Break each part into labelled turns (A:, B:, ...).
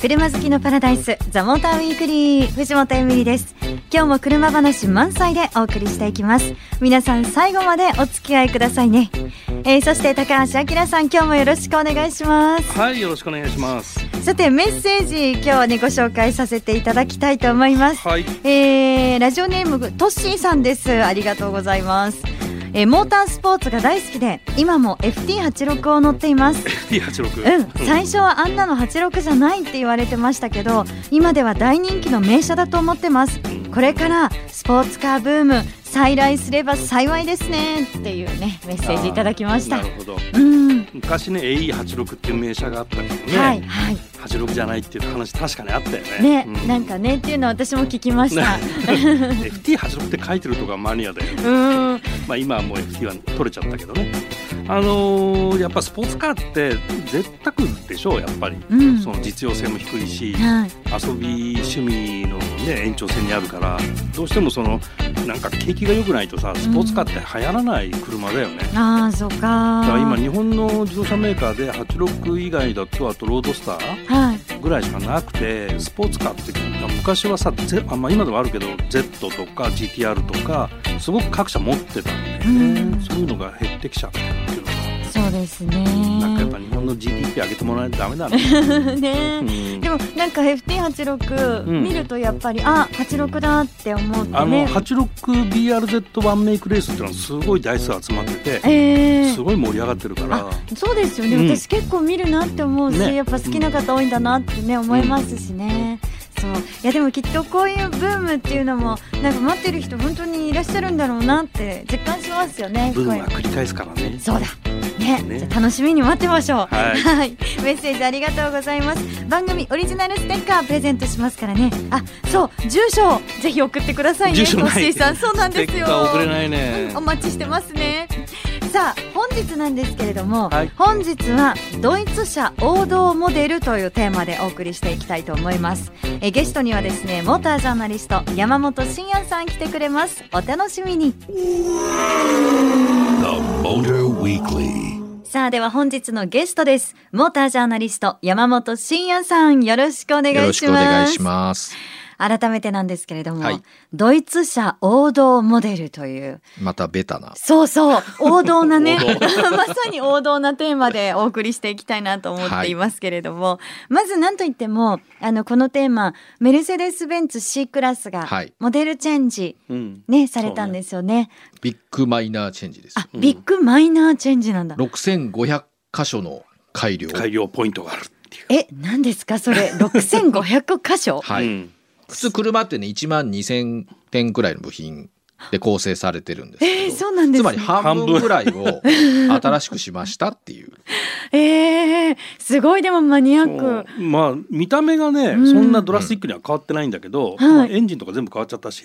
A: 車好きのパラダイスザモーターウィークリー藤本エミリです今日も車話満載でお送りしていきます皆さん最後までお付き合いくださいね、えー、そして高橋明さん今日もよろしくお願いします
B: はいよろしくお願いします
A: さてメッセージ今日はねご紹介させていただきたいと思います、
B: はい
A: えーラジオネームトッシーさんですありがとうございますえーモータースポーツが大好きで今も FT86 を乗っています
B: T86
A: うん、最初はあんなの86じゃないって言われてましたけど今では大人気の名車だと思ってますこれからスポーツカーブーム再来すれば幸いですねっていうねメッセージいただきました
B: なるほど
A: うん、
B: 昔ね AE86 っていう名車があったけどね、
A: はいはい
B: 86じゃないっていう話確かにあったよ ね
A: ね、なんかねっていうのは私も聞きました
B: ね FT86 って書いてるとかマニアで、
A: うんうん
B: まあ、今はもう FT は取れちゃったけどねあのーやっぱスポーツカーって絶対でしょうやっぱり、
A: うん
B: その実用性も低いし
A: はい
B: 遊び趣味の、ね、延長線にあるからどうしてもそのなんか景気が良くないとさスポーツカーって流行らない車だよね、
A: ああそうか
B: だから今日本の自動車メーカーで86以外だとあとロードスター
A: はい
B: ぐらいしかなくてスポーツカーって昔はさ、ゼあまあ、今でもあるけど Z とか GTR とかすごく各社持ってたんで、
A: うん
B: ね、そういうのが減ってきちゃったっていうの
A: そうですね
B: がなんかやっぱ日本の GDP 上げてもらわないとダメだね、
A: ね
B: うん
A: でもなんか FT86
B: うん
A: 見るとやっぱり、あ86だって思って
B: あの
A: ね
B: 86BRZ ワンメイクレースっていうのはすごい台数集まってて
A: ええ
B: すごい盛り上がってるから
A: あそうですよね、
B: うん
A: 私結構見るなって思うし、
B: ね
A: やっぱ好きな方多いんだなってね思いますしね、そういやでもきっとこういうブームっていうのもなんか待ってる人本当にいらっしゃるんだろうなって実感しますよね
B: ブーム
A: こ
B: は
A: ういう
B: 繰り返すからね。
A: そうだね
B: ね
A: じゃあ楽しみに待ってましょう
B: はい
A: メッセージありがとうございます番組オリジナルステッカープレゼントしますからねあそう住所をぜひ送ってくださいね
B: 住所
A: コッ
B: ない
A: シーさんそうなんです
B: ステッ
A: よ
B: カー送れないね
A: うん お待ちしてますねさあ本日なんですけれども、
B: はい
A: 本日はドイツ車王道モデルというテーマでお送りしていきたいと思いますえゲストにはですねモータージャーナリスト山本真也さん来てくれますお楽しみに
C: The Motor Weekly.
A: さあでは本日のゲストですモータージャーナリスト山本真也さんよろしくお願いします
D: よろしくお願いします。
A: 改めてなんですけれども、
D: はい
A: ドイツ車王道モデルという
D: またベタな。
A: そうそう王道なね
B: 王
A: まさに王道なテーマでお送りしていきたいなと思っていますけれども、まず何といってもあのこのテーマメルセデス・ベンツ C クラスが
D: はい
A: モデルチェンジ、
B: うん
A: ねされたんですよね
D: ビッグマイナーチェンジです。
A: あビッグマイナーチェンジなんだ、
D: 6500箇所の改良。
B: 改良ポイントがあるっていう。
A: え何ですかそれ6500箇所
D: はい。
B: うん
D: 普通車ってね、1万2000点くらいの部品で構成されてるんですけど。
A: えー、そうなんで
D: つ
A: す
D: ま
A: ね
D: り半分くらいを新しくしましたっていう。
A: えー、すごいでもマニアック
B: そうまあ見た目がね、
A: ん
B: そんなドラスティックには変わってないんだけど、
A: はい
B: まあエンジンとか全部変わっちゃったし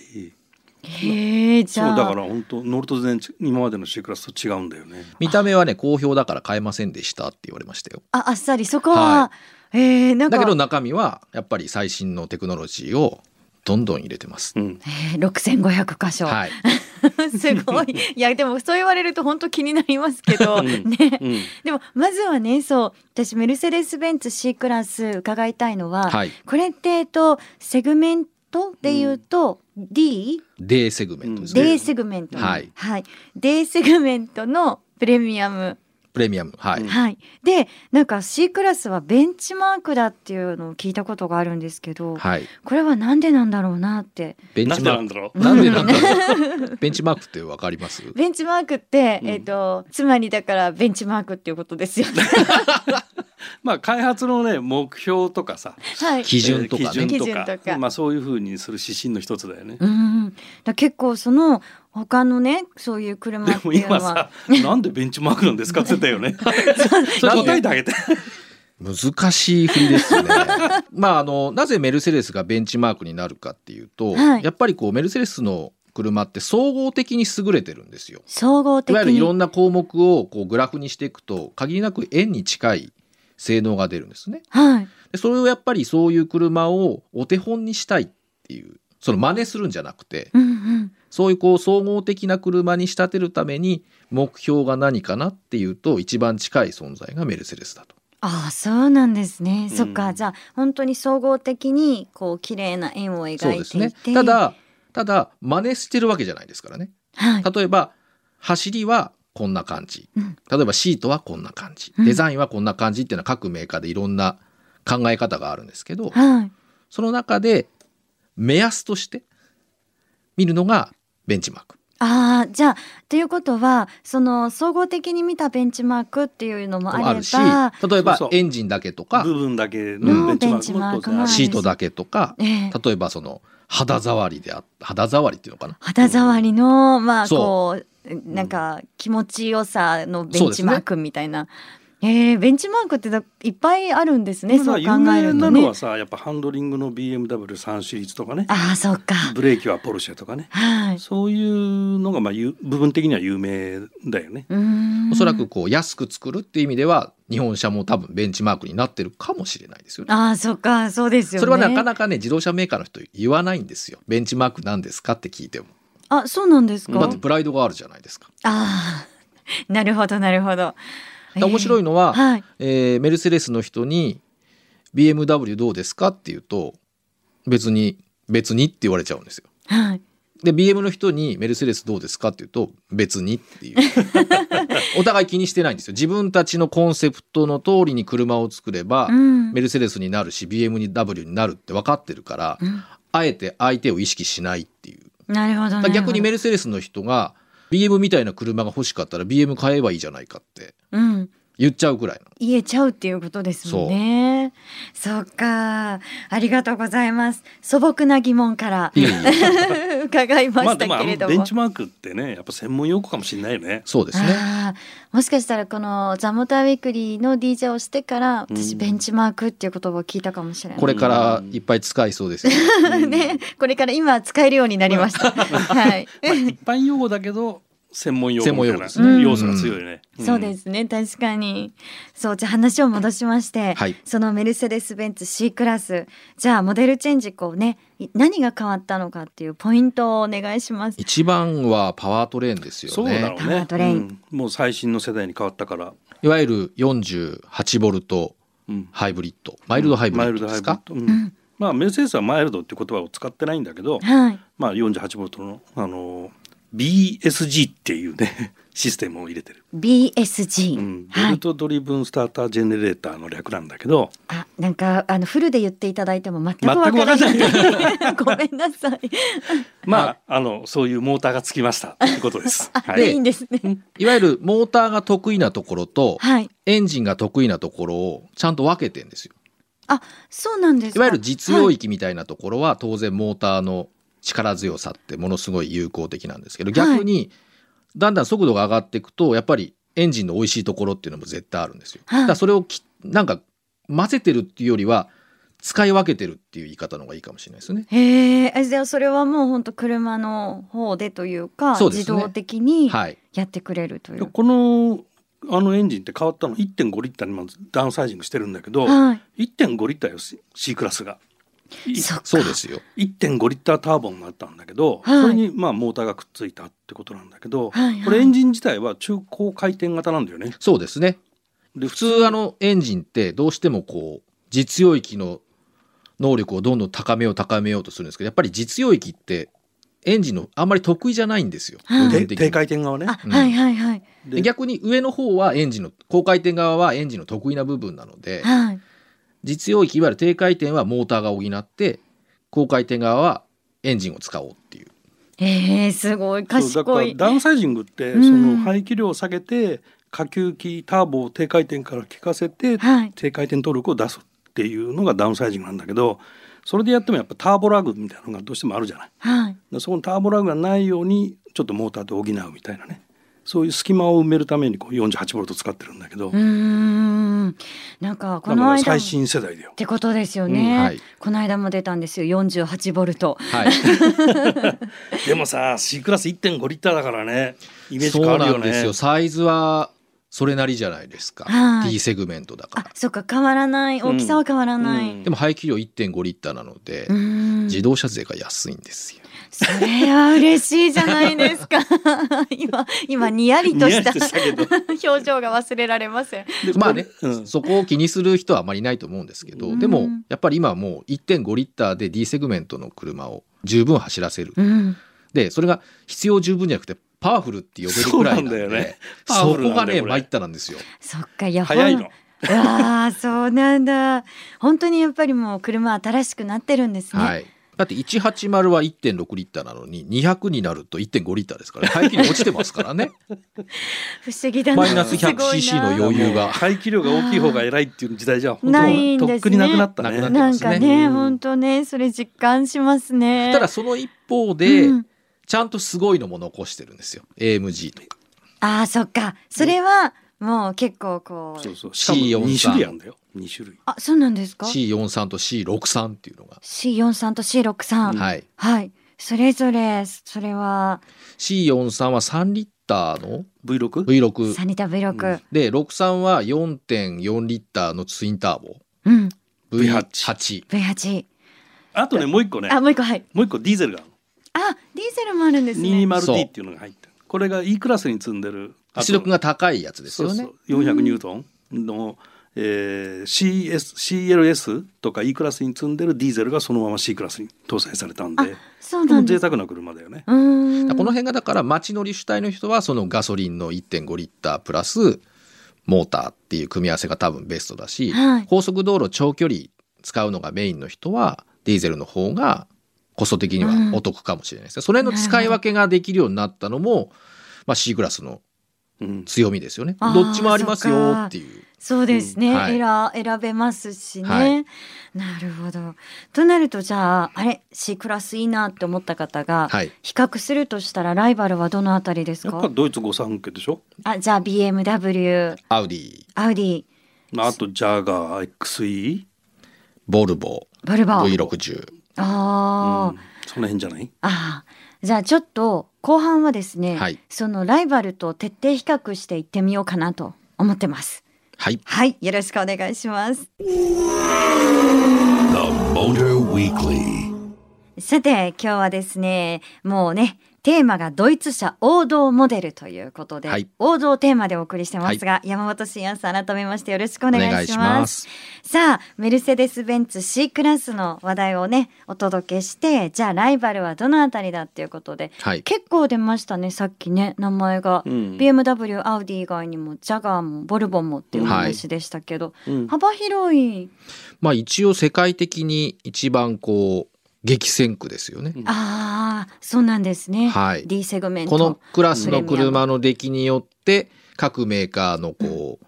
A: へえじ
B: そう
A: ゃあ
B: だから本当乗ると全然今までの C クラスと違うんだよね。
D: 見た目はね、好評だから買えませんでしたって言われましたよ。
A: ああっさりそこは、
D: は
A: えー、なんか
D: だけど中身はやっぱり最新のテクノロジーをどんどん入れてます
B: う。ん、
A: えー6500箇所、
D: はい。
A: すごい。いやでもそう言われると本当気になりますけど、
B: うん
A: ね。
B: うん
A: でもまずはねそう私メルセデス・ベンツ C クラス伺いたいのは、
D: はい。
A: これってえっとセグメントで言うと D、
D: D セグメントですね。
A: D セグメント、
D: はい
A: はい、D セグメントのプレミアム、
D: プレミアム。はい。
B: うん
A: はい、でなんか C クラスはベンチマークだっていうのを聞いたことがあるんですけど、
D: はい。
A: これはなんでなんだろうなって
D: ベン
B: な
D: チ
B: んで
D: マ
B: な
D: ー
B: ん
D: ク。
B: だろう。
D: なんでなんだろう。ベンチマークってわかります。
A: ベンチマークって、
B: うん
A: えっ、とつまりだからベンチマークっていうことですよね。
B: まあ開発のね目標とかさ
A: はい。
D: 基準と
B: えー
D: か
B: 基準
D: ね。
B: と
A: 基準
B: か
A: とか
B: まあそういうふうにする指針の一つだよね。
A: うん、だから結構その他のねそういう車
B: で
A: って
B: も
A: いうの
B: 今
A: は
B: さなんでベンチマークなんですかって言ったよ ね。 答えてあげて。
D: 難しい振りです ね。まあ、あの、なぜメルセデスがベンチマークになるかっていうと、
A: はい
D: やっぱりこうメルセデスの車って総合的に優れてるんですよ。
A: 総合
D: い
A: 的
D: わゆるいろ
A: に
D: んな項目をこうグラフにしていくと、限りなく円に近い性能が出るんですね。
A: はい
D: でそれをやっぱりそういう車をお手本にしたいっていう、その真似するんじゃなくて、
A: うんうん
D: そういうこう総合的な車に仕立てるために目標が何かなっていうと一番近い存在がメルセデスだと。
A: ああそうなんですね、
B: うん
A: そっかじゃあ本当に総合的にこう綺麗な円を
D: そう
A: 描
D: で
A: い
D: す
A: てい
D: ね
A: て、
D: ただただ真似してるわけじゃないですからね
A: はい、
D: 例えば走りはこんな感じ
A: うん
D: 例えばシートはこんな感じ
A: うん
D: デザインはこんな感じっていうのは各メーカーでいろんな考え方があるんですけど、
A: はい、
D: その中で目安として見るのがベンチマーク。
A: ああじゃあということはその総合的に見たベンチマークっていうのもあれば
D: あるし例えば
B: そうそう
D: エンジンだけとか
B: 部分だけ
A: の
B: のベンチマークも当然あ
A: ベンチマークもあ
B: る
A: る
B: し
D: シートだけとか
A: ええ
D: 例えばその肌触りであ肌触りっていうのかな
A: 肌触りのまあこ
D: そう
A: なんか気持ちよさのベ
D: そ
A: ン
D: うで
A: チ
D: すね
A: マークみたいな、えーベンチマークってだいっぱいあるんですね
B: ま
A: そ
B: あ
A: う
B: 有
A: 考え
B: 名
A: る
B: な
A: と
B: の
A: ね
B: はさやっぱハンドリングの BMW3 シリーズとかね
A: ああそうか
B: ブレーキはポルシェとかね
A: はい
B: そういうのがまあゆ部分的には有名だよね。
A: うーん
D: おそらくこう安く作るっていう意味では日本車も多分ベンチマークになってるかもしれないですよね。
A: ああそっかそうですよね
D: それはなかなかね自動車メーカーの人言わないんですよ。ベンチマークなんですかって聞いても。
A: あそうなんですか、
D: だってプライドがあるじゃないですか。
A: ああなるほどなるほど
D: で面白い
A: の
D: のは、
A: はい
D: えーメルセデスの人に BMW どうですかって言うと別に別にって言われちゃうんですよ。
A: はい
D: で BM の人にメルセデスどうですかって言うと別にっ ていうお互い気にしてないんですよ。自分たちのコンセプトの通りに車を作れば、
A: うん
D: メルセデスになるし BM に W になるって分かってるから、
A: うん
D: あえて相手を意識しないっていう。
A: なるほど
D: だ
A: な
D: か
A: るほど
D: ら逆にメルセデスの人が BM みたいな車が欲しかったら BM 買えばいいじゃないかって
A: うん
D: 言っちゃうぐらいの。
A: 言えちゃうっていうことですもんね。そうか。ありがとうございます。素朴な疑問から
D: いえい え
A: 伺いま
B: まあ
A: し
B: で
A: た
B: もあ
A: けれ
B: の
A: ど
B: ベン
A: も。
B: チマークってねやっぱ専門用語かもしれないよね。
D: そうですね。
A: あーもしかしたらこの「ザ・モーターウィークリー」の DJ をしてから
B: うん
A: 私ベンチマークっていう言葉を聞いたかもしれない
D: これからいっぱい使いそうですよ。
A: ねこれから今使えるようになり ましたはい、
B: 一般用語だけど専門用語みたいな
D: 専
A: 門用語ですね
B: 要素が強いよね。
A: そうですね確かにそうじゃあ話を戻しまして、
D: はい
A: そのメルセデス・ベンツ C クラスじゃあモデルチェンジこうねい何が変わったのかっていうポイントをお願いします
D: 一番はパワートレーンですよ
B: そうだろ
D: ね。
B: う
A: パワ
B: ね
A: ー。ドレイン
B: うんもう最新の世代に変わったから。
D: いわゆる48ボルト
B: うん
D: ハイブリッド、マイルドハイブリッドですか。
B: マイルドハイブリッドうんまあメルセデスはマイルドっていう言葉を使ってないんだけど、
A: はい
B: まあ48ボルトのあの BSG っていうね システムを入れてる。
A: BSG、
B: うん、ベ
A: は
B: ル
A: い
B: トドリブンスタータージェネレーターの略なんだけど、
A: あなんかあのフルで言っていただいても全く
B: 全く
A: わ
B: わ
A: から
B: かん
A: な
B: ないい
A: ごめんなさい
B: まああのそういうモーターがつきましたってこと です。
A: あ、、
B: はいい
A: いんですね
D: いわゆるモーターが得意なところと、
A: はい
D: エンジンが得意なところをちゃんと分けてんですよ。
A: そうなんです
D: い
A: か
D: わゆる実用
A: はい
D: 域みたいなところは当然モーターの力強さってものすごい有効的なんですけど、
A: はい
D: 逆にだんだん速度が上がっていくとやっぱりエンジンの美味しいところっていうのも絶対あるんですよ。
A: はい
D: だからそれをきなんか混ぜてるっていうよりは使い分けてるっていう言い方の方がいいかもしれないですね。
A: へえじゃあそれはもう本当車の方でというか
D: そうです
A: 自
D: ね
A: 動的に
D: はい。
A: やってくれるという
B: このあのエンジンって変わったの1.5リッターにまずダウンサイジングしてるんだけど、
A: は
B: 1.5リッターよ C C クラスが。い
A: いそっか
D: そうですよ。
B: 1.5リッターターボになったんだけど、
A: はい
B: これにまあモーターがくっついたってことなんだけど、
A: はいはい
B: これエンジン自体は中高回転型なんだよね。
D: そうですね。
B: で
D: 普通あのエンジンってどうしてもこう実用域の能力をどんどん高めよう高めようとするんですけどやっぱり実用域ってエンジンのあんまり得意じゃないんですよ。
A: はい
D: 部
B: で
D: 分的に
B: 低回転側ね。
A: あ、
D: うん
A: はいはいはい
B: で
D: で逆に上の方はエンジンの高回転側はエンジンの得意な部分なので
A: はい
D: 実用域いわゆる低回転はモーターが補って高回転側はエンジンを使おうっていう
A: えー、すごい
B: そうだか
A: 賢
B: ら
A: い
B: ダウンサイジングってそ
A: うん
B: の排気量を下げて下級機ターボを低回転から効かせて
A: はい
B: 低回転トルクを出すっていうのがダウンサイジングなんだけどそれでやってもやっぱターボラグみたいなのがどうしてもあるじゃない。
A: はい
B: でそこのターボラグがないようにちょっとモーターで補うみたいなねそういう隙間を埋めるためにこう48ボルト使ってるんだけど、
A: うーんなんかこ
B: だか
A: の
B: ら
A: 間も
B: 最新世代だよ
A: っ。てことですよね、
D: うんはい
A: この間も出たんですよ48ボルト
D: はい
B: でもさ C クラス1.5リッターだからねイメージ変
D: そう
B: わる
D: な
B: よ
D: ん
B: ね。
D: ですよサイズはそれなりじゃないですか
A: はい
D: D セグメントだか
A: あ
D: ら
A: そっか変わらない大きさは変わらない、
B: うん
D: でも排気量1.5リッターなので
A: うーん
D: 自動車税が安いんですよ。
A: それは嬉しいじゃないですか。 今、今、にやりとした
B: にやりとしたけど
A: 表情が忘れられません。
D: まあね、
B: うん
D: そこを気にする人はあまりいないと思うんですけど、
A: うん
D: でもやっぱり今はもう1.5リッターで D セグメントの車を十分走らせる。
A: うん。
D: でそれが必要十分じゃなくてパワフルって呼べるくらいなん
B: そうな
D: で
B: んだよねパ
D: そ
B: ワフル
D: こ
B: な
D: が
B: んだよ
D: ね
B: これ
D: 参ったなんですよ。
A: そっか、いや、
B: 早い の。
A: ほん。ああ、そうなんだ。本当にやっぱりもう車新しくなってるんですね。
D: はいだって180は1.6リッターなのに200になると1.5リッターですから、ね、排気量落ちてますからね
A: 不思議だな。
D: マイナス
A: すご
D: 100cc
A: いな
D: の余裕が
B: もう排気量が大きい方が偉いっていう時代じゃ本当
A: ないんですね
B: とっくになくなったね。
D: なく
A: な
D: なっ
A: ん
D: てますね
A: かね、
B: うん
A: 本当ね、それ実感します ね。
D: ただその一方で、
A: うん
D: ちゃんとすごいのも残してるんですよ AMG とか
A: ああ、そっか。それは、もう結構こう。
B: そうそう。しかも2種類あるんだよ。2種類。
A: あ、そうなんですか
D: C43 と C63 っていうのが、
A: ?C43 と C63。
B: うん
D: はい
A: はい。それぞれ、それは、
D: C43 は3リッターの
B: V6?
D: V6
A: サニタ V6。
D: で63は4.4リッターのツインターボ
A: うん。
B: V8
D: V8
A: V8。
B: あとね、もう一個ね。
A: あ、もう一個、はい。
B: もう一個ディーゼルがあるの。
A: あ、ディーゼルもあるんですね。
D: そう
B: 220D っていうのが入ってるこれが E クラスに積んでる。
D: 出力が高いやつです
B: そう
D: よ
B: そ
D: ね
B: う400ニュートンの、えー CS CLS とか E クラスに積んでるディーゼルがそのまま C クラスに搭載されたん
A: あ
B: で、
A: そ
B: と
A: う
B: て
A: な
B: も
A: んで
B: 贅
A: す。
B: 沢な車だよね。
A: うーん。
D: この辺がだから街乗り主体の人はそのガソリンの1.5リッタープラスモーターっていう組み合わせが多分ベストだし、
A: はい
D: 高速道路長距離使うのがメインの人はディーゼルの方がコスト的にはお得かもしれないですね。その辺の使い分けができるようになったのも、まあ、C クラスの
B: うん、
D: 強みですよね。
A: あー
D: どっちもありますよっていう。
A: そうですね、
D: うんはい
A: 選選べますしね、
D: はい
A: なるほどとなるとじゃああれ C クラスいいなって思った方が
D: はい
A: 比較するとしたらライバルはどのあたりです
B: やっ
A: か、
B: ぱドイツ御三家でしょ、
A: あじゃあ BMW
D: アウディ、
A: アウディ
B: まあ、あとジャガー XE、
D: ボルボ、
A: ボルボあ
D: V60。
A: あー、
B: うんその辺じゃない
A: ああじゃあちょっと後半はですね、
D: はい
A: そのライバルと徹底比較していってみようかなと思ってます
D: はい。
A: はいよろしくお願いします
C: The Motor Weekly.
A: さて今日はですねもうねテーマがドイツ車王道モデルということで、
D: はい
A: 王道テーマでお送りしてますが、山本慎也さん改めましてよろしくお願いします
D: お願いします
A: さあメルセデス・ベンツ C クラスの話題をねお届けしてじゃあライバルはどのあたりだっていうことで
D: はい。
A: 結構出ましたねさっきね名前が、
B: うん
A: BMW アウディ以外にもジャガーもボルボもっていうお話でしたけど、
B: うん
A: 幅広い、
D: まあ一応世界的に一番こう、激戦区ですよね。
B: うん
A: ああそうなんですね、
D: はい
A: D セグメント
D: このクラスの車の出来によって各メーカーのこう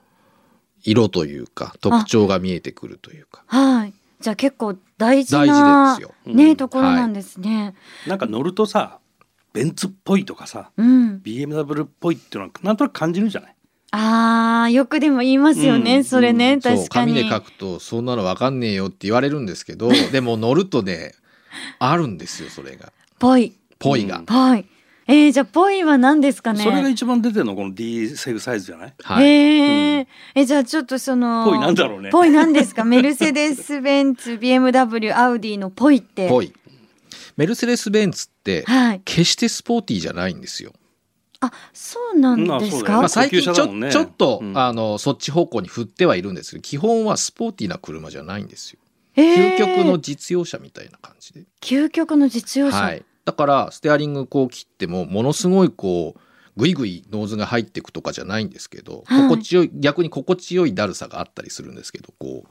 D: 色というか特徴が見えてくるというか
A: はいじゃあ結構大事な
D: 大事です
B: よ
A: ね、
B: うん
A: ところなんですね、
B: なんか乗るとさベンツっぽいとかさ
A: うん、
B: BMW っぽいっていうのはなんとなく感じるじゃない
A: ああよくでも言いますよね、
B: うん
A: それ
B: う
A: ね、
B: ん
D: そう
A: 確か
D: 紙
A: に
D: で書くとそんなの分かんねえよって言われるんですけどでも乗るとねあるんですよそれが
A: ぽい
D: ポイが、
B: うん
A: ぽいえー、じゃあぽいは何ですかね
B: それが一番出てるのこの D セグサイズじゃない
D: はい
A: えーえじゃあちょっとその
B: ぽいなんだろうね
A: ぽいなんですかメルセデス・ベンツ BMW アウディのぽいって
D: ポイメルセデス・ベンツって
A: はい
D: 決してスポーティーじゃないんですよ、
A: あそうなんですか、
B: ま
D: ま
B: あ
D: あ、
B: そうだ
D: 最
B: よね
D: 近ち
B: 高級車だ
D: ょ,、
B: もんね
D: ちょっと、
B: うん
D: あのそっち方向に振ってはいるんですけど基本はスポーティーな車じゃないんですよ
A: え
D: 究
A: ー
D: 極の実用車みたいな感じで
A: 究極の実用車、
D: はい、だからステアリングこう切ってもものすごいこうグイグイノーズが入っていくとかじゃないんですけど、
A: はい
D: 心地よい逆に心地よいだるさがあったりするんですけどこう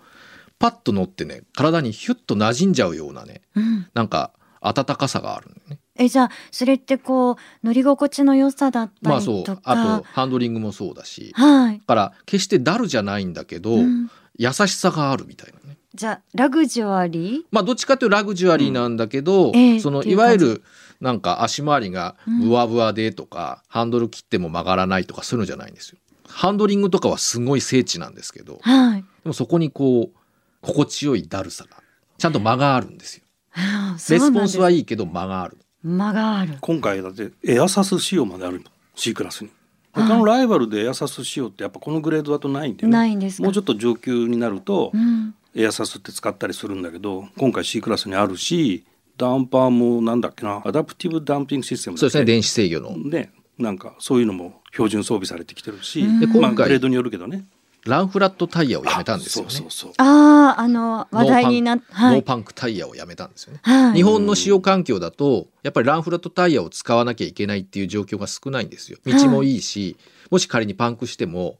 D: パッと乗ってね体にヒュッと馴染んじゃうようなね
A: うん、
D: なんか温かさがあるんだよね。
A: えじゃあそれってこう乗り心地の良さだっ
D: ま
A: た
D: あ
A: り
D: そ
A: と
D: う
A: か、
D: あとハンドリングもそうだしだ
A: はい、
D: から決してだるじゃないんだけど、
A: うん
D: 優しさがあるみたいなね。
A: じゃあラグジュアリー
D: まあ、どっちかというとラグジュアリーなんだけど、
A: うんええ
D: その
A: ってい
D: いう
A: 感
D: わ
A: じ
D: ゆるなんか足回りがブワブワでとか、ハンドル切っても曲がらないとかそういうのじゃないんですよ。ハンドリングとかはすごい精緻なんですけどで
A: はい
D: もそこにこう心地よいだるさがちゃんと間があるんですよ。
A: あーそう
D: レ
A: な
D: ス
A: んで
D: ポン
A: す
D: スはいいけど間がある。
A: 間がある
B: 今回だってエアサス仕様まであるの C クラスに他のライバルでエアサス仕様ってやっぱこのグレードだとないんだよね
A: ないんですか
B: もうちょっと上級になると
A: うん
B: エアサスって使ったりするんだけど今回 C クラスにあるしダンパーもなんだっけなアダプティブダンピングシステム
D: そうですね
B: ね
D: 電子制御の
B: でなんかそういうのも標準装備されてきてるし、
D: で今
B: まあ、
D: 回
B: グレードによるけどね
D: ランフラットタイヤをやめたんですよね
B: そうそうそう
A: ああ、あの、話題になっ
D: ノーパン
A: は
D: ノー
A: い。
D: パンクタイヤをやめたんですよね
A: はい
D: 日本の使用環境だとやっぱりランフラットタイヤを使わなきゃいけないっていう状況が少ないんですよ
A: はい
D: 道もいいしもし仮にパンクしても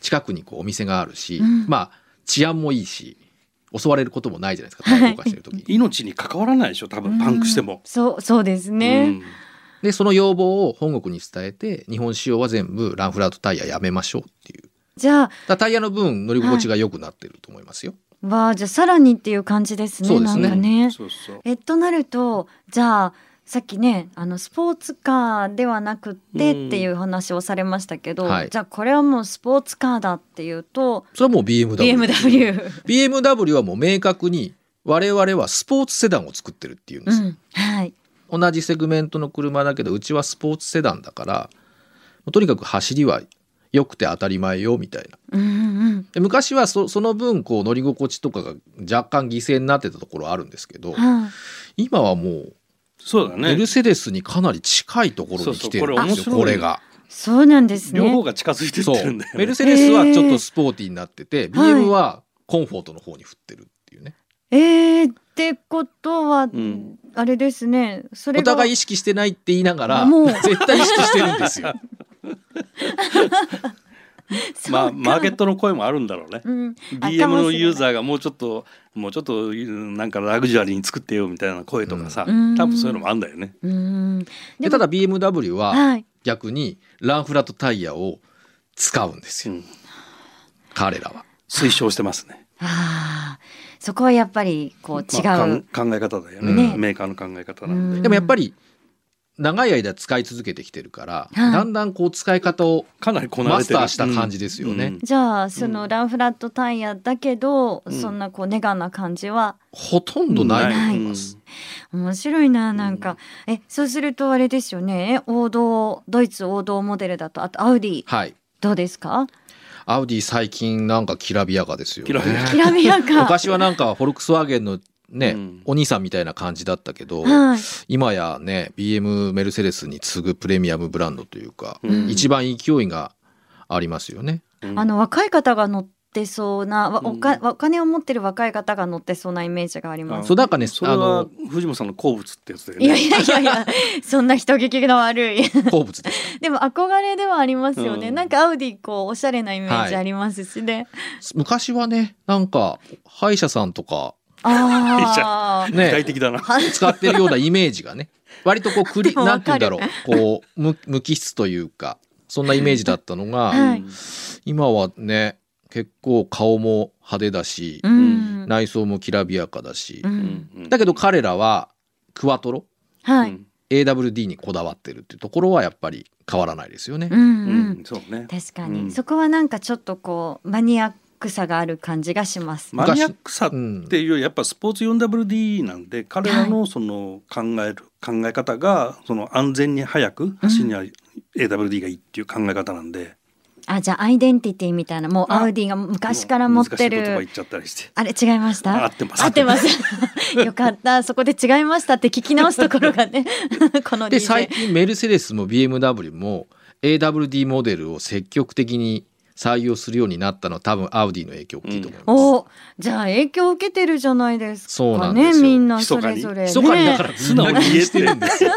D: 近くにこうお店があるし、
A: うん
D: まあ治安もいいし襲われることもないじゃないですかタイヤ動かしてる時に、
B: 命に関わらないでしょ多分パンクして
A: うん
B: も。
A: そう、そうです
B: う
A: ね。
B: ん
D: でその要望を本国に伝えて日本仕様は全部ランフラットタイヤやめましょうっていう
A: じゃあ、
D: だからタイヤの分乗り心地が良くなってると思いますよ、
A: わあ、じゃあさらにっていう感じですね。
D: そうですね
A: なんかね。
B: そうそう
A: えとなるとじゃあさっきねあのスポーツカーではなくって
B: うん
A: っていう話をされましたけど、
D: はい
A: じゃあこれはもうスポーツカーだっていうと
D: それはもう BMW
A: BMW。
D: BMW はもう明確に我々はスポーツセダンを作ってるっていうんで
A: う
D: すよ、
A: ん、はい。
D: 同じセグメントの車だけどうちはスポーツセダンだからもうとにかく走りは良くて当たり前よみたい
A: う
D: な
A: んうん
D: で昔はそその分こう乗り心地とかが若干犠牲になってたところあるんですけど、
A: うん。はい。
D: 今はもう
B: そうだね。
D: メルセデスにかなり近いところに来てる
B: そうそうこれ
D: んですよ
B: 面白い
D: これが。
A: そうなんです
B: 両方
A: ね。
B: が近づいてっ
D: そ
B: てる
D: うん
B: だよね。
D: メルセデスはちょっとスポーティーになってて BM はコンフォートの方に振ってるっていうね
A: えー、ってことは、
B: ん
A: あれですね。それ
D: お
A: が
D: 互い意識してないって言いながら
A: もう
D: 絶対意識してる んですよ。
A: そう
B: まあ
A: か
B: マーケットの声もあるんだろうね。
A: うん、
B: BM のユー
A: ー。
B: ザーがもうちょっともうちょっとうんなんかラグジュアリーに作ってよみたいな声とかさ、
A: うん
B: 多分そういうのもあるんだよね。
A: うん。
D: でただ BMW は
A: はい。
D: 逆にランフラットタイヤを使うんです
B: う
D: よ
B: ん
D: 彼らは。
B: 推奨してますね。
A: ああ、そこはやっぱりこう違う。
B: まあかん考え方だよね
A: ね
B: メーカーの考え方なんで、
A: うん
D: でもやっぱり長い間使い続けてきてるから、
A: はい
D: だんだんこう使い方を
B: かなりこな
D: マ
B: れ
D: ス
B: てる
D: ターした感じですよね。
B: うん
A: じゃあそうの
B: ん
A: ランフラットタイヤだけど、
B: ん
A: そんなこうネガな感じは
D: ほとんどないと
A: な
D: 思
A: い
D: います。
A: 面白いななんか、えそうするとあれですよね王道ドイツ王道モデルだとあとアウディ
D: はい。
A: どうで すか
D: アウディ最近なんかきらびやかですよ、ね。
B: きらびやか
A: きらびやか
D: 昔はなんかフォルクスワーゲンのね、
B: うん
D: お兄さんみたいな感じだったけど、
A: はい
D: 今やね BM メルセデスに次ぐプレミアムブランドというか、
B: うん
D: 一番勢いがありますよね。
B: うん
A: あの若い方が乗ってそうなわ
B: うん
A: おかお金を持ってる若い方が乗ってそうなイメージがあり
B: あ
A: ます
D: そうなんかね
B: それ
D: あ
B: は
D: の
B: 藤本さんの好物ってやつだよ
A: いや
B: ね。
A: いやいやいやそんな人聞きの悪い
D: 好物です
A: でも憧れではありますよね、
B: うん
A: なんかアウディこうおしゃれなイメージありますしね、
D: 昔はねなんか歯医者さんとか
B: い いじ
A: ああ
B: 具体
D: ね
B: 的だな。
D: 使ってるようなイメージが ね割とこうクリ
A: でも
D: な
A: わ
D: んて言
A: か
D: うんだ
A: る
D: ろうこう無無機質というかそんなイメージだったのが、
A: はい
D: 今はね結構顔も派手だし、
A: うん
D: 内装もきらびやかだし、
A: う
B: うん
A: ん
D: だけど彼らはクワトロ
A: はい、
B: うん
D: AWD にこだわってるっていうところはやっぱり変わらないですよね。
A: うん
B: う
A: うんん、
B: うんそうね。
A: 確かに、
B: うん
A: そこはなんかちょっとこうマニアックさがある感じがします、
B: マニアックさっ
D: うん
B: っていうよりやっぱスポーツ 4WD なんで彼らのその考える考え方がその安全に早く走りには AWD がいいっていう考え方なんで
A: あじゃあアイデンティティみたいなもう
B: あ
A: アウディが昔から持って
B: 難しい言葉
A: る
B: 言っちゃったりして
A: あれ違いました
B: 合ってます
A: 合ってます よかったそこで違いましたって聞き直すところ がねこの
D: で
A: DJ
D: 最近メルセデスも BMW も AWD モデルを積極的に採用するようになったのは多分アウディの影響大きいと思います。
A: おじゃあ影響を受けてるじゃないですか、ね、
D: そうなんですよ
A: みんなそれぞれね
D: 密かにだから素直に言えてるんですよ。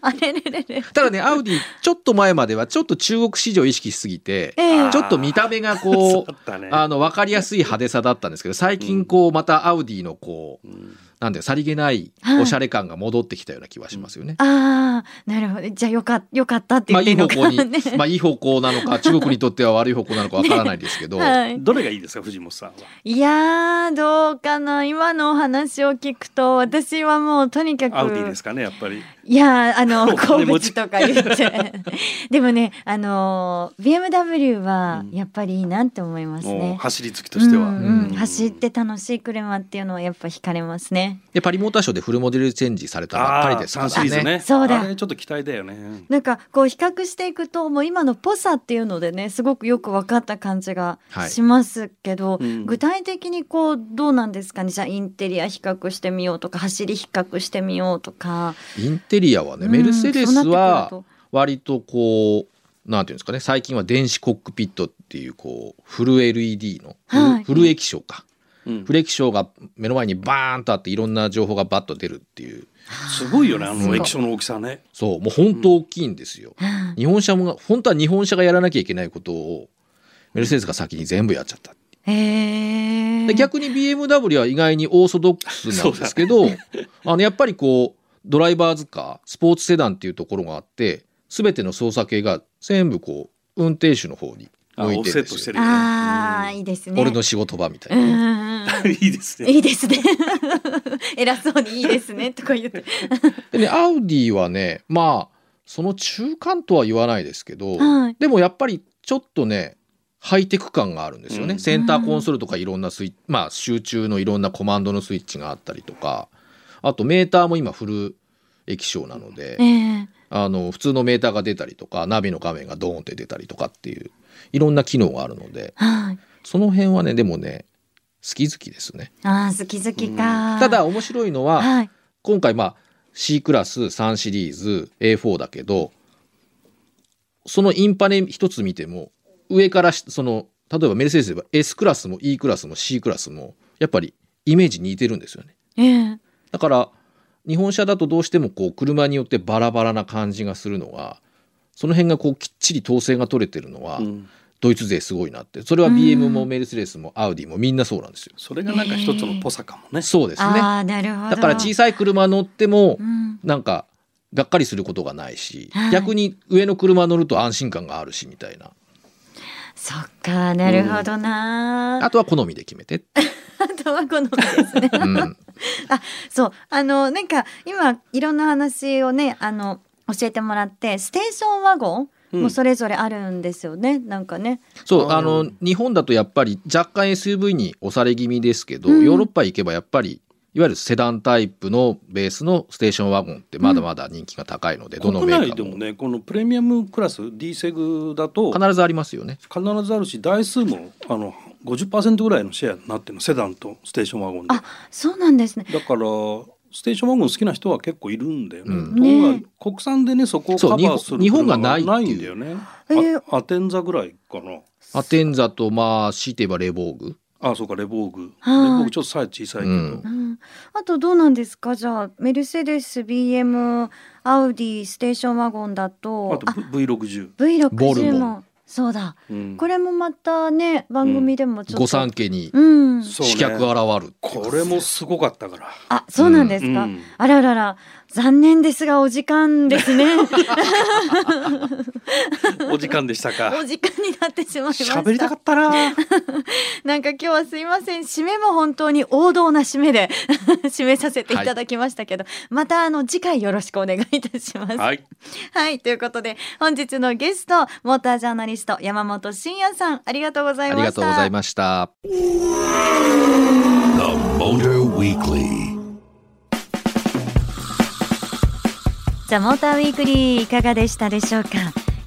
A: あれれれれ
D: ただね、アウディちょっと前まではちょっと中国市場を意識しすぎて、
A: ええ
D: ちょっと見た目が
B: そう
D: こう
B: だったね
D: あの分かりやすい派手さだったんですけど最近こうまたアウディのこう
B: うん
D: なんだよさりげない
A: はい
D: おしゃれ感が戻ってきたような気はしますよね。
A: ああなるほどじゃあよかよかったって
D: ま
A: 言
D: あ
A: っ
D: い
A: て
D: い
A: るの
D: 方
A: か
D: 向に
A: ね、、
D: まあいい方向なのか中国にとっては悪い方向なのかわからないです けど、
A: はい
B: どれがいいですか藤本さんはい
A: やーどうかな今のお話を聞くと私はもうとにかく
B: アウディですかねやっぱり
A: いやーあの
B: お金
A: 神
B: 持
A: 戸
B: ち
A: とか言って でもねあのー BMW は
B: うん
A: やっぱりいいなって思います
B: もう
A: ね、
B: 走り好きとしては、
A: うんうん
B: うん
A: 走って楽しい車っていうのはやっぱ惹かれますね
D: でパリモーターショーでフルモデルチェンジされたばっかりですから
B: あー三シリーズ
D: ね。
B: ね
A: そうだ
B: あれちょっと期待だよね
A: なんかこう比較していくともう今のポサっていうのでねすごくよく分かった感じが
D: はい
A: しますけど、
B: うん
A: 具体的にこうどうなんですかねじゃあインテリア比較してみようとか走り比較してみようとか、
D: インテリアはね、
A: うん
D: メルセデス
A: そうなっ
D: は
A: てくると
D: 割とこうなんていうんですかね最近は電子コックピットっていうこうフル LED の、
A: はい
D: フル液晶か、
B: うん
D: フル液晶が目の前にバーンとあっていろんな情報がバッと出るっていう
B: すごいよねあ
A: すご
B: の
A: い
B: 液晶の大きさね
D: そうもう本当大きいんですよ。
A: うん
D: 日本車も本当は日本車がやらなきゃいけないことをメルセデスが先に全部やっちゃった。
A: へえ
D: で逆に BMW は意外にオーソドックスなんですけど、 あのやっぱりこうドライバーズカースポーツセダンっていうところがあって全ての操作系が全部こう運転手の方に
B: あ
D: 向い
B: オ
D: て
B: フ
D: る
B: セッ
D: んで
B: トし
D: す
B: て
D: よ。
B: るよね
A: ああ、いいですね
D: 俺の仕事場みた
A: う
D: い
A: んう
D: な。
A: ん
B: う
A: うんん
B: いいですね
A: いいですね 偉そうにいいです ねとか言って
D: でねアウディはねまあその中間とは言わないですけど、
A: はい
D: でもやっぱりちょっとねハイテク感があるんですよね、
B: うん
D: センターコンソールとかいろんなスイッチ、まあ、集中のいろんなコマンドのスイッチがあったりとかあとメーターも今フル液晶なので、
A: ええ
D: あの普通のメーターが出たりとかナビの画面がドーンって出たりとかっていういろんな機能があるので
A: はい
D: その辺はねでもね好き好きですね。
A: ああ好き好きか、
D: ただ面白いのは、
A: はい
D: 今回まあ C クラス3シリーズ A4 だけどそのインパネ一つ見ても上からしその例えばメルセデスで言えば S クラスも E クラスも C クラスもやっぱりイメージ似てるんですよね
A: ええ
D: だから日本車だとどうしてもこう車によってバラバラな感じがするのがその辺がこうきっちり統制が取れてるのは、
B: うん
D: ドイツ勢すごいなってそれは
A: うん
D: BM もメルセデスもアウディもみんなそうなんですよ。
B: それがなんか一つのぽさかもね、
D: そうですね
A: ああなるほど
D: だから小さい車乗っても、
A: うん
D: なんかがっかりすることがないし、
A: はい
D: 逆に上の車乗ると安心感があるしみたいな
A: そっかなるほどな、
D: あとは好みで決めて、
A: あとは好みですね
D: うん、
A: そうあのなんか今いろんな話をねあの教えてもらってステーションワゴンもそれぞれあるんですよね、なんかね
D: そう
B: あー
D: あの日本だとやっぱり若干 SUV に押され気味ですけど、
A: うん
D: ヨーロッパ行けばやっぱりいわゆるセダンタイプのベースのステーションワゴンってまだまだ人気が高いので、どの
B: 国
D: メー
B: 内
D: カ
B: で
D: ー
B: も
D: も
B: ねこのプレミアムクラス D セグだと
D: 必ずありますよね。
B: 必ずあるし台数もあの50%ぐらいのシェアになってるのセダンとステーションワゴンで
A: あそうなんですね
B: だからステーションワゴン好きな人は結構いるんだよね。
D: うん
B: ところが
A: ね
B: 国産でねそこを
D: そ
B: カ
D: う
B: バーする
D: 日本
B: 車
D: 日本がない
B: な
D: って
B: い
D: いうん
B: だよね。あ
A: えー
B: アテンザぐらいかな。
D: アテンザとまあ強いて言えばレボーグ
B: あそうかレボーグ。レボ
A: はい
B: ーグちょっとさえ小さいけど。
D: うん
A: うん、あとどうなんですかじゃあメルセデス BM アウディステーションワゴンだと
B: あと V 六十。
D: ボル
A: V60
D: ボ
A: もそうだ
B: うん
A: これもまたね番組でもちょっと、
D: 御三家に
A: うん
B: そうね
D: 刺客現るっていう
B: これもすごかったから。
A: あそうなんですか、
B: うん
A: あららら残念ですがお時間で すね
B: お時間でしたか。
A: お時間になってしまいました
B: 喋りたかったな。
A: なんか今日はすいません締めも本当に王道な締めで 締めさせていただきましたけど、またあの次回よろしくお願いいたします。
B: はい。
A: はい、ということで本日のゲストモータージャーナリスト山本慎也さんありがとうござい
D: あ
A: まし
D: り
A: た。
D: がとうございました。
C: The Motor Weekly.
A: じゃあモーターウィークリーいかがでしたでしょうか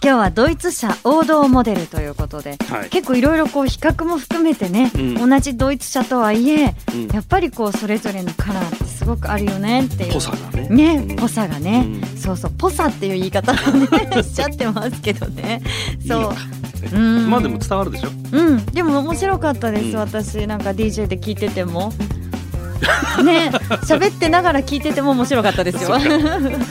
A: 今日はドイツ車王道モデルということで、
B: はい
A: 結構いろいろこう比較も含めてね、
B: うん
A: 同じドイツ車とはいえ、
B: うん
A: やっぱりこうそれぞれのカラーってすごくあるよねっていう
B: ポサがね。う
A: ね
B: ん
A: ポサがね、
B: うん
A: そうそうポサっていう言い方をねしちゃってますけどね
B: いい
A: そ
B: の
A: う
B: か
A: う ん
B: まあでも伝わるでしょ。
A: うん、でも面白かったです、
B: うん
A: 私なんか DJ で聞いててもね喋ってながら聞いてても面白かったです
B: そ
A: よ、
B: っか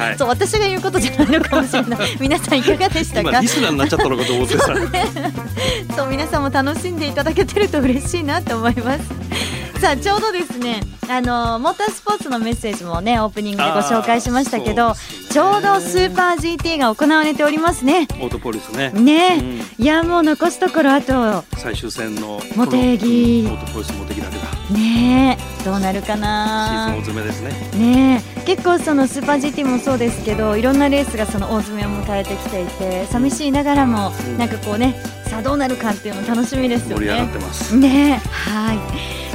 B: はい
A: そう私が言うことじゃないのかもし れない皆さんいかがでした
B: 今
A: か
B: リスナーになっちゃったのかと思ってさ。
A: そう皆さんも楽しんでいただけてると嬉しいなと思い ますさあちょうどですねあのモータースポーツのメッセージもねオープニングでご紹介しましたけど
B: あーそうですね
A: ちょうどスーパー GT が行われておりますね。
B: オートポリスね。
A: ねえ、
B: うん
A: いやもう残すところあと
B: 最終戦のこの
A: 茂木
B: オートポリスモテギだけだ。
A: ねえどうなるか
B: シーズン
A: な
B: 大詰めですね。
A: ねえ結構そのスーパー GT もそうですけどいろんなレースがその大詰めを迎えてきていて寂しいながらも
B: うん
A: なんかこうねさあどうなるかっていうの楽しみですよ
B: 盛り上がっ。
A: ね
B: てます。
A: ねえはい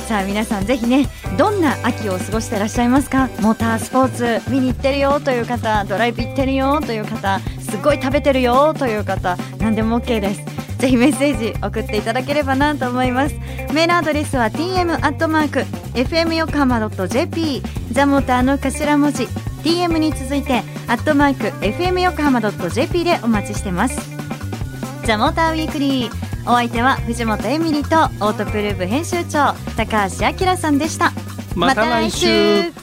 A: さあ皆さんぜひねどんな秋を過ごしてらっしゃいますかモータースポーツ見に行ってるよという方ドライブ行ってるよという方すごい食べてるよという方何でも OK ですぜひメッセージ送っていただければなと思いますメールアドレスは tm アットマーク fm 横浜 .jp ザモーターの頭文字 tm に続いてアットマーク fm 横浜 .jp でお待ちしてますザ・モーターウィークリーお相手は藤本エミリとオートプルーブ編集長高橋明さんでした
B: また来週